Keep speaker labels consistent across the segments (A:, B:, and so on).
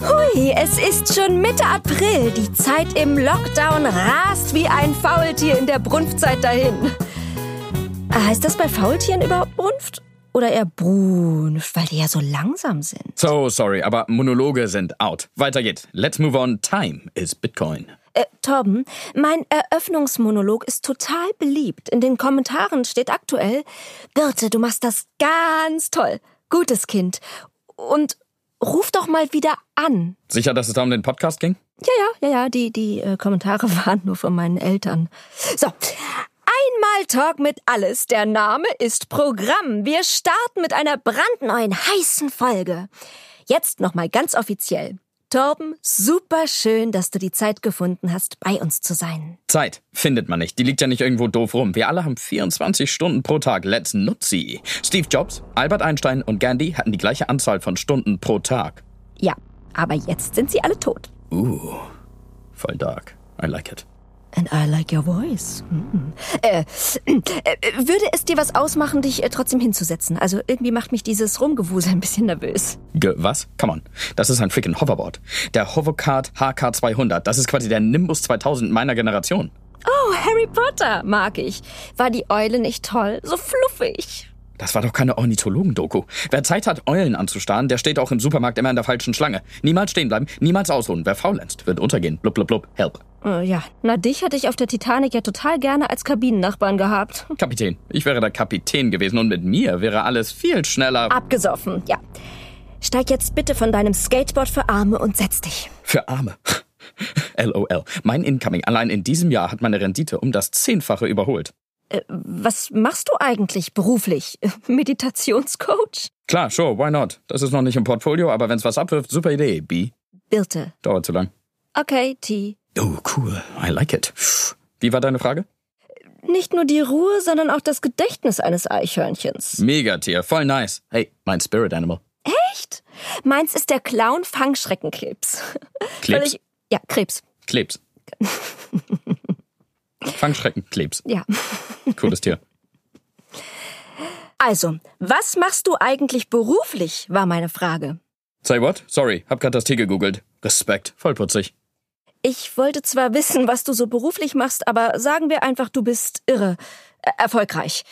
A: Hi, es ist schon Mitte April. Die Zeit im Lockdown rast wie ein Faultier in der Brunftzeit dahin. Ah, Heißt das bei Faultieren überhaupt Brunft? Oder eher Brunft, weil die ja so langsam sind?
B: So sorry, aber Monologe sind out. Weiter geht's. Let's move on. Time is Bitcoin.
A: Äh, Torben, mein Eröffnungsmonolog ist total beliebt. In den Kommentaren steht aktuell, Birte, du machst das ganz toll. Gutes Kind. Und ruf doch mal wieder an.
B: Sicher, dass es da um den Podcast ging?
A: Ja, ja, ja, ja, die, die äh, Kommentare waren nur von meinen Eltern. So. Einmal Talk mit alles. Der Name ist Programm. Wir starten mit einer brandneuen, heißen Folge. Jetzt nochmal ganz offiziell. Torben, super schön, dass du die Zeit gefunden hast, bei uns zu sein.
B: Zeit findet man nicht. Die liegt ja nicht irgendwo doof rum. Wir alle haben 24 Stunden pro Tag. Let's nutz sie. Steve Jobs, Albert Einstein und Gandhi hatten die gleiche Anzahl von Stunden pro Tag.
A: Ja, aber jetzt sind sie alle tot.
B: Uh, voll dark. I like it.
A: And I like your voice. Hm. Äh, äh, würde es dir was ausmachen, dich äh, trotzdem hinzusetzen? Also irgendwie macht mich dieses Rumgewusel ein bisschen nervös.
B: Ge was? Come on. Das ist ein freaking Hoverboard. Der Hovercard HK200. Das ist quasi der Nimbus 2000 meiner Generation.
A: Oh, Harry Potter mag ich. War die Eule nicht toll? So fluffig.
B: Das war doch keine Ornithologen-Doku. Wer Zeit hat, Eulen anzustarren, der steht auch im Supermarkt immer in der falschen Schlange. Niemals stehen bleiben, niemals ausruhen. Wer faulenzt, wird untergehen. Blub, blub, blub. Help.
A: Äh, ja, na dich hätte ich auf der Titanic ja total gerne als Kabinennachbarn gehabt.
B: Kapitän. Ich wäre der Kapitän gewesen und mit mir wäre alles viel schneller.
A: Abgesoffen, ja. Steig jetzt bitte von deinem Skateboard für Arme und setz dich.
B: Für Arme. LOL. Mein Incoming allein in diesem Jahr hat meine Rendite um das Zehnfache überholt.
A: Äh, was machst du eigentlich beruflich? Meditationscoach?
B: Klar, sure, why not? Das ist noch nicht im Portfolio, aber wenn's was abwirft, super Idee, B.
A: Birte.
B: Dauert zu lang.
A: Okay, T.
B: Oh, cool. I like it. Wie war deine Frage?
A: Nicht nur die Ruhe, sondern auch das Gedächtnis eines Eichhörnchens.
B: Megatier, voll nice. Hey, mein Spirit Animal.
A: Echt? Meins ist der Clown Fangschreckenkrebs.
B: Klebs?
A: Weil ich- Ja, Krebs.
B: Klebs. Fangschrecken, Klebs.
A: Ja.
B: Cooles Tier.
A: Also, was machst du eigentlich beruflich, war meine Frage.
B: Say what? Sorry, hab grad das Tier gegoogelt. Respekt, voll putzig.
A: Ich wollte zwar wissen, was du so beruflich machst, aber sagen wir einfach, du bist irre. Äh, erfolgreich.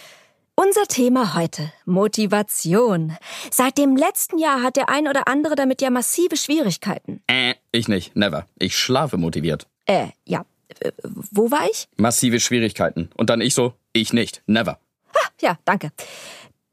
A: Unser Thema heute. Motivation. Seit dem letzten Jahr hat der ein oder andere damit ja massive Schwierigkeiten.
B: Äh, ich nicht, never. Ich schlafe motiviert.
A: Äh, ja. Äh, wo war ich?
B: Massive Schwierigkeiten. Und dann ich so, ich nicht, never.
A: Ja, danke.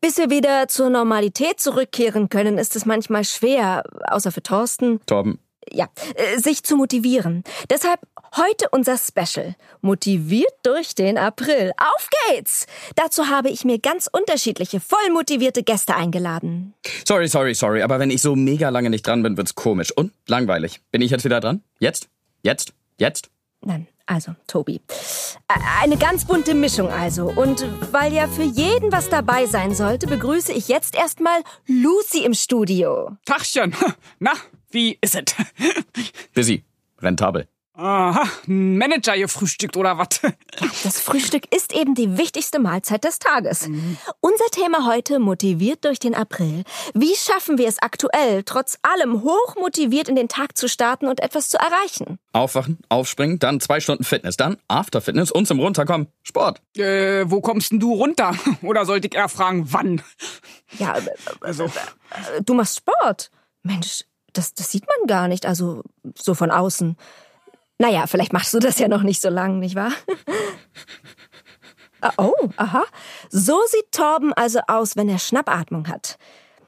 A: Bis wir wieder zur Normalität zurückkehren können, ist es manchmal schwer, außer für Thorsten,
B: Torben,
A: ja, äh, sich zu motivieren. Deshalb heute unser Special. Motiviert durch den April. Auf geht's! Dazu habe ich mir ganz unterschiedliche, voll motivierte Gäste eingeladen.
B: sorry, sorry, sorry, aber wenn ich so mega lange nicht dran bin, wird's komisch und langweilig. Bin ich jetzt wieder dran? Jetzt? Jetzt? Jetzt?
A: Nein, also, Tobi. Ä- Eine ganz bunte Mischung also. Und weil ja für jeden was dabei sein sollte, begrüße ich jetzt erstmal Lucy im Studio.
C: Tachchen. Na, wie ist es?
B: Busy. Rentabel.
C: Aha, Manager gefrühstückt oder was?
A: Das Frühstück ist eben die wichtigste Mahlzeit des Tages. Unser Thema heute motiviert durch den April. Wie schaffen wir es aktuell, trotz allem hochmotiviert in den Tag zu starten und etwas zu erreichen?
B: Aufwachen, aufspringen, dann zwei Stunden Fitness, dann After Fitness und zum Runterkommen Sport.
C: Äh, wo kommst denn du runter? Oder sollte ich eher fragen, wann?
A: Ja, äh,
C: Also,
A: äh, du machst Sport. Mensch, das, das sieht man gar nicht, also so von außen. Naja, vielleicht machst du das ja noch nicht so lang, nicht wahr? Ah, oh, aha. So sieht Torben also aus, wenn er Schnappatmung hat.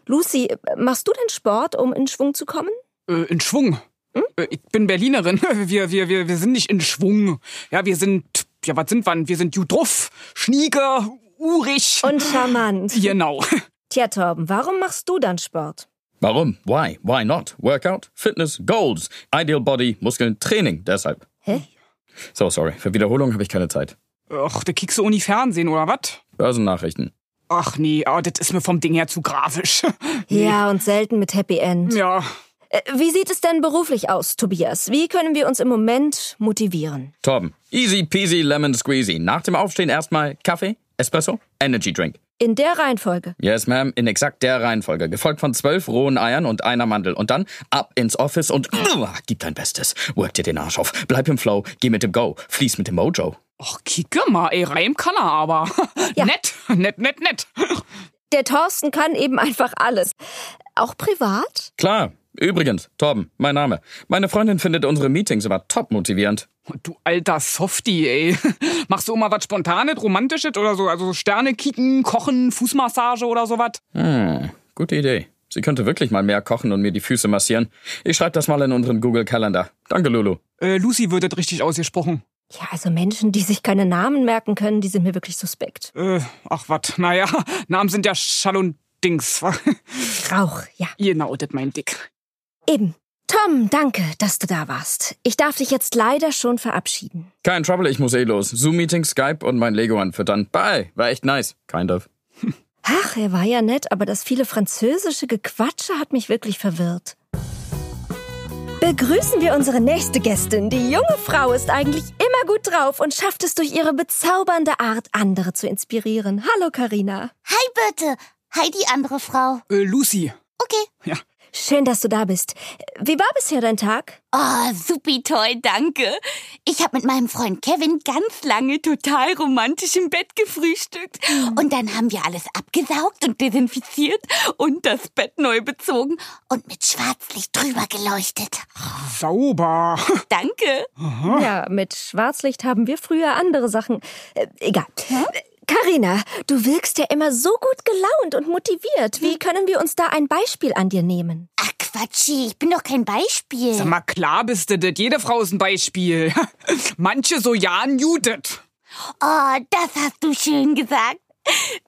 A: Lucy, äh, machst du denn Sport, um in Schwung zu kommen?
C: äh, in Schwung.
A: Hm?
C: Äh, ich bin Berlinerin. Wir, wir, wir, wir sind nicht in Schwung. Ja, wir sind, ja, was sind wir? Wir sind Judruff, Schnieke, Urig.
A: Und charmant.
C: Genau.
A: Tja, Torben, warum machst du dann Sport?
B: Warum? Why? Why not? Workout, Fitness, Goals, Ideal Body, Muskeln, Training, deshalb.
A: Hä?
B: So, sorry. Für Wiederholung habe ich keine Zeit.
C: Ach, da kriegst du Uni Fernsehen, oder was?
B: Börsennachrichten.
C: Ach nee, ah, das ist mir vom Ding her zu grafisch.
A: Ja, und selten mit Happy End.
C: Ja,
A: Äh, wie sieht es denn beruflich aus, Tobias? Wie können wir uns im Moment motivieren?
B: Torben. Easy peasy lemon squeezy. Nach dem Aufstehen erstmal Kaffee, Espresso, Energy Drink.
A: In der Reihenfolge.
B: Yes, ma'am, in exakt der Reihenfolge. Gefolgt von zwölf rohen Eiern und einer Mandel. Und dann ab ins Office und uah, gib dein Bestes. Work dir den Arsch auf. Bleib im Flow. Geh mit dem Go. Fließ mit dem Mojo.
C: Och, kicke mal, ey, Reim kann er aber.
A: Ja.
C: Nett, nett, nett, nett.
A: Der Thorsten kann eben einfach alles. Auch privat?
B: Klar. Übrigens, Torben, mein Name. Meine Freundin findet unsere Meetings immer top motivierend.
C: Du alter Softie, ey. Machst du immer was Spontanes, Romantisches oder so? Also Sterne kicken, kochen, Fußmassage oder sowas?
B: Hm, gute Idee. Sie könnte wirklich mal mehr kochen und mir die Füße massieren. Ich schreibe das mal in unseren Google Kalender. Danke, Lulu.
C: Äh, Lucy wird das richtig ausgesprochen.
A: Ja, also Menschen, die sich keine Namen merken können, die sind mir wirklich suspekt.
C: Äh, ach wat, naja, Namen sind ja Schall und Dings. wa?
A: Rauch, ja.
C: genau, das mein Dick.
A: Eben. Tom, danke, dass du da warst. Ich darf dich jetzt leider schon verabschieden.
B: Kein Trouble, ich muss eh los. Zoom-Meeting, Skype und mein Lego anfüttern. Bye, war echt nice. Kind of.
A: Ach, er war ja nett, aber das viele französische Gequatsche hat mich wirklich verwirrt. Begrüßen wir unsere nächste Gästin. Die junge Frau ist eigentlich immer gut drauf und schafft es durch ihre bezaubernde Art, andere zu inspirieren. Hallo, Karina.
D: Hi Birte. Hi die andere Frau.
C: Äh, Lucy.
D: Okay.
C: Ja.
A: Schön, dass du da bist. Wie war bisher dein Tag?
D: Oh, supi toll, danke. Ich habe mit meinem Freund Kevin ganz lange total romantisch im Bett gefrühstückt. Und dann haben wir alles abgesaugt und desinfiziert und das Bett neu bezogen und mit Schwarzlicht drüber geleuchtet.
C: Sauber.
D: Danke.
A: Ja, mit Schwarzlicht haben wir früher andere Sachen. Äh, egal. Karina, du wirkst ja immer so gut gelaunt und motiviert. Wie können wir uns da ein Beispiel an dir nehmen?
D: Ach Quatschi, ich bin doch kein Beispiel.
C: Sag mal, klar bist du das. Jede Frau ist ein Beispiel. Manche so ja Judith.
D: Oh, das hast du schön gesagt.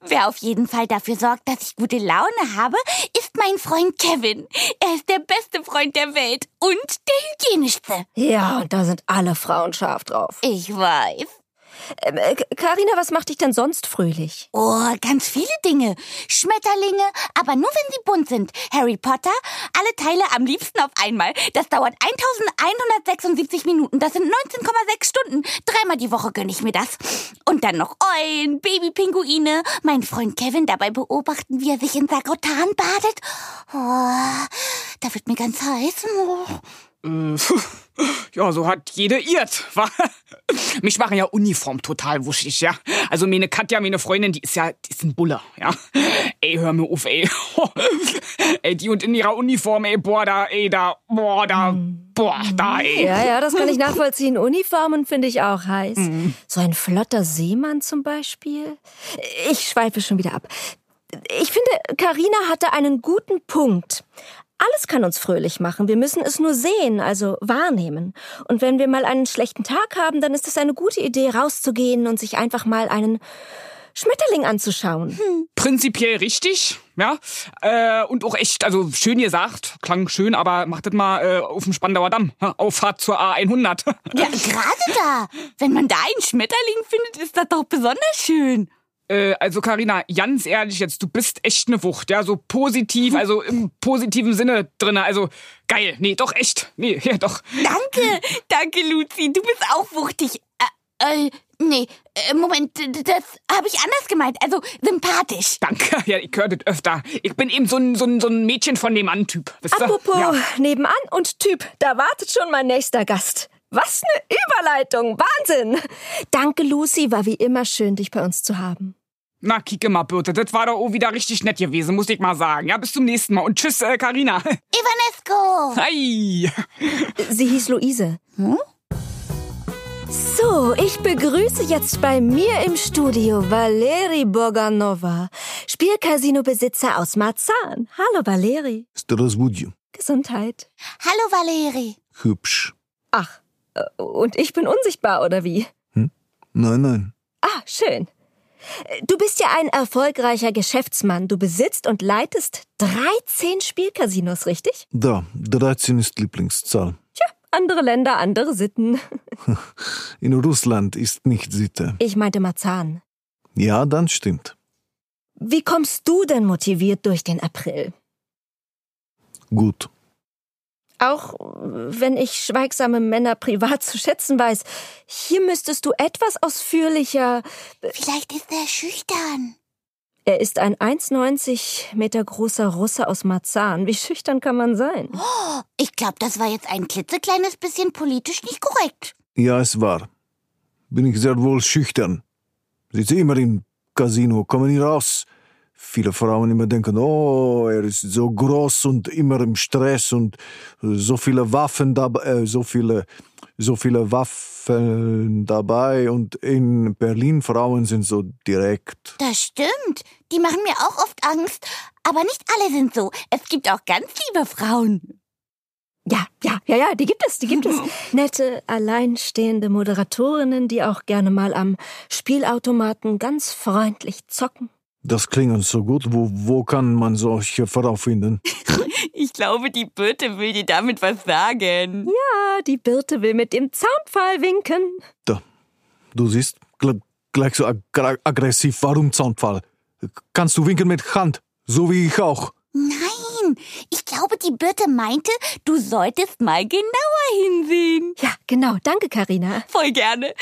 D: Wer auf jeden Fall dafür sorgt, dass ich gute Laune habe, ist mein Freund Kevin. Er ist der beste Freund der Welt und der hygienischste.
A: Ja, und da sind alle Frauen scharf drauf.
D: Ich weiß.
A: Ähm, äh, K- Karina, was macht dich denn sonst fröhlich?
D: Oh, ganz viele Dinge. Schmetterlinge, aber nur wenn sie bunt sind. Harry Potter, alle Teile am liebsten auf einmal. Das dauert 1176 Minuten. Das sind 19,6 Stunden. Dreimal die Woche gönne ich mir das. Und dann noch Eulen, Babypinguine. Mein Freund Kevin dabei beobachten, wie er sich in Sagrotan badet. Oh, da wird mir ganz heiß. Oh.
C: Äh, ja, so hat jede irrt. wa? Mich machen ja Uniform total wuschig, ja. Also meine Katja, meine Freundin, die ist ja, die ist ein Bulle, ja. Ey, hör mir auf, ey. ey, die und in ihrer Uniform, ey, boah, da, ey, da, boah, da, boah, da, ey.
A: Ja, ja, das kann ich nachvollziehen. Uniformen finde ich auch heiß. So ein flotter Seemann zum Beispiel. Ich schweife schon wieder ab. Ich finde, Karina hatte einen guten Punkt. Alles kann uns fröhlich machen. Wir müssen es nur sehen, also wahrnehmen. Und wenn wir mal einen schlechten Tag haben, dann ist es eine gute Idee, rauszugehen und sich einfach mal einen Schmetterling anzuschauen.
C: prinzipiell richtig, ja. Äh, und auch echt, also schön gesagt, klang schön, aber macht das mal äh, auf dem Spandauer Damm, ha, Auffahrt zur A100.
D: Ja, gerade da. Wenn man da einen Schmetterling findet, ist das doch besonders schön.
C: Äh, also Karina, ganz ehrlich jetzt, du bist echt eine Wucht, ja, so positiv, also im positiven Sinne drinne, also geil, nee, doch echt, nee, ja, doch.
D: Danke, danke, Luzi. Du bist auch wuchtig. Äh, äh, nee, äh, Moment, d- d- das habe ich anders gemeint. Also sympathisch.
C: Danke, ja, ich höre das öfter. Ich bin eben so ein, so ein, so ein Mädchen von dem Antyp, wisst ihr?
A: Apropos
C: Ja.
A: nebenan und Typ, da wartet schon mein nächster Gast. Was eine Überleitung, Wahnsinn! Danke, Lucy, war wie immer schön, dich bei uns zu haben.
C: Na, kicke mal, Birte, das war doch auch wieder richtig nett gewesen, muss ich mal sagen. Ja, bis zum nächsten Mal und tschüss, äh, Karina.
D: Ivanesco.
C: Hi.
A: Sie hieß Luise. So, ich begrüße jetzt bei mir im Studio Valeri Boganova, Spielcasino-Besitzer aus Marzahn. Hallo Valeri,
E: Здравствуйте.
A: Gesundheit.
D: Hallo, Valeri.
E: Hübsch.
A: Ach, äh, und ich bin unsichtbar, oder wie?
E: Nein, nein.
A: Ah, schön. Du bist ja ein erfolgreicher Geschäftsmann. Du besitzt und leitest 13 Spielcasinos, richtig?
E: Da, 13 ist Lieblingszahl.
A: Tja, andere Länder, andere Sitten.
E: In Russland ist nicht Sitte.
A: Ich meinte Marzahn.
E: Ja, dann stimmt.
A: Wie kommst du denn motiviert durch den April?
E: Gut.
A: Auch äh, wenn ich schweigsame Männer privat zu schätzen weiß, hier müsstest du etwas ausführlicher.
D: Vielleicht ist er schüchtern.
A: Er ist ein 1,90 Meter großer Russe aus Marzahn. Wie schüchtern kann man sein?
D: Ich glaube, das war jetzt ein klitzekleines bisschen politisch nicht korrekt.
E: Ja, es war. Bin ich sehr wohl schüchtern. Sitze immer im Casino, komme nie raus. Viele Frauen immer denken, oh, er ist so groß und immer im Stress und so viele Waffen dabei, äh, so viele, so viele Waffen dabei und in Berlin Frauen sind so direkt.
D: Das stimmt. Die machen mir auch oft Angst. Aber nicht alle sind so. Es gibt auch ganz liebe Frauen.
A: Ja, ja, ja, ja, die gibt es, die gibt es. Nette, alleinstehende Moderatorinnen, die auch gerne mal am Spielautomaten ganz freundlich zocken.
E: Das klingt so gut. Wo, wo kann man solche Frau finden?
D: Ich glaube, die Birte will dir damit was sagen.
A: Ja, Ah, die Birte will mit dem Zaunpfahl winken.
E: Da, du siehst gl gleich so ag aggressiv. Warum Zaunfall? Kannst du winken mit Hand, so wie ich auch.
D: Nein, Hm, ich glaube, die Birte meinte, du solltest mal genauer hinsehen.
A: Ja, genau. Danke, Karina.
D: Voll gerne.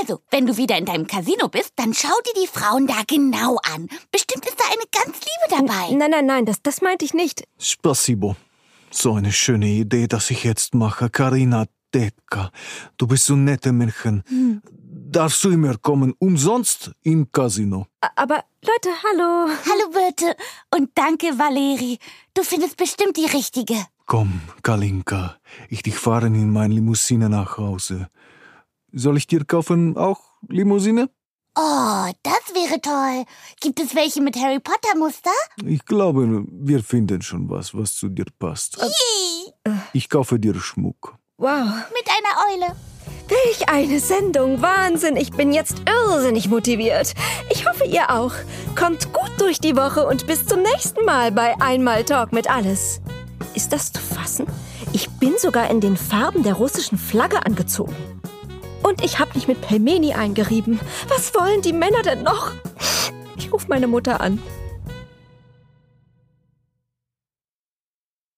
D: Also, wenn du wieder in deinem Casino bist, dann schau dir die Frauen da genau an. Bestimmt ist da eine ganz Liebe dabei.
A: Nein, nein, nein, das, das meinte ich nicht.
E: Spasibo. So eine schöne Idee, dass ich jetzt mache. Karina Detka, du bist so ein netter Mädchen. Darfst du immer kommen, umsonst im Casino.
A: A- Aber Leute, hallo.
D: Hallo Birte und danke Valeri. Du findest bestimmt die richtige.
E: Komm, Kalinka, ich dich fahren in meine Limousine nach Hause. Soll ich dir kaufen auch Limousine?
D: Oh, das wäre toll. Gibt es welche mit Harry Potter Muster?
E: Ich glaube, wir finden schon was, was zu dir passt.
D: Ih,
E: Ich kaufe dir Schmuck.
A: Wow.
D: Mit einer Eule.
A: Welch eine Sendung. Wahnsinn. Ich bin jetzt irrsinnig motiviert. Ich hoffe, ihr auch. Kommt gut durch die Woche und bis zum nächsten Mal bei Einmal Talk mit Alles. Ist das zu fassen? Ich bin sogar in den Farben der russischen Flagge angezogen. Und ich habe mich mit Pelmeni eingerieben. Was wollen die Männer denn noch? Ich rufe meine Mutter an.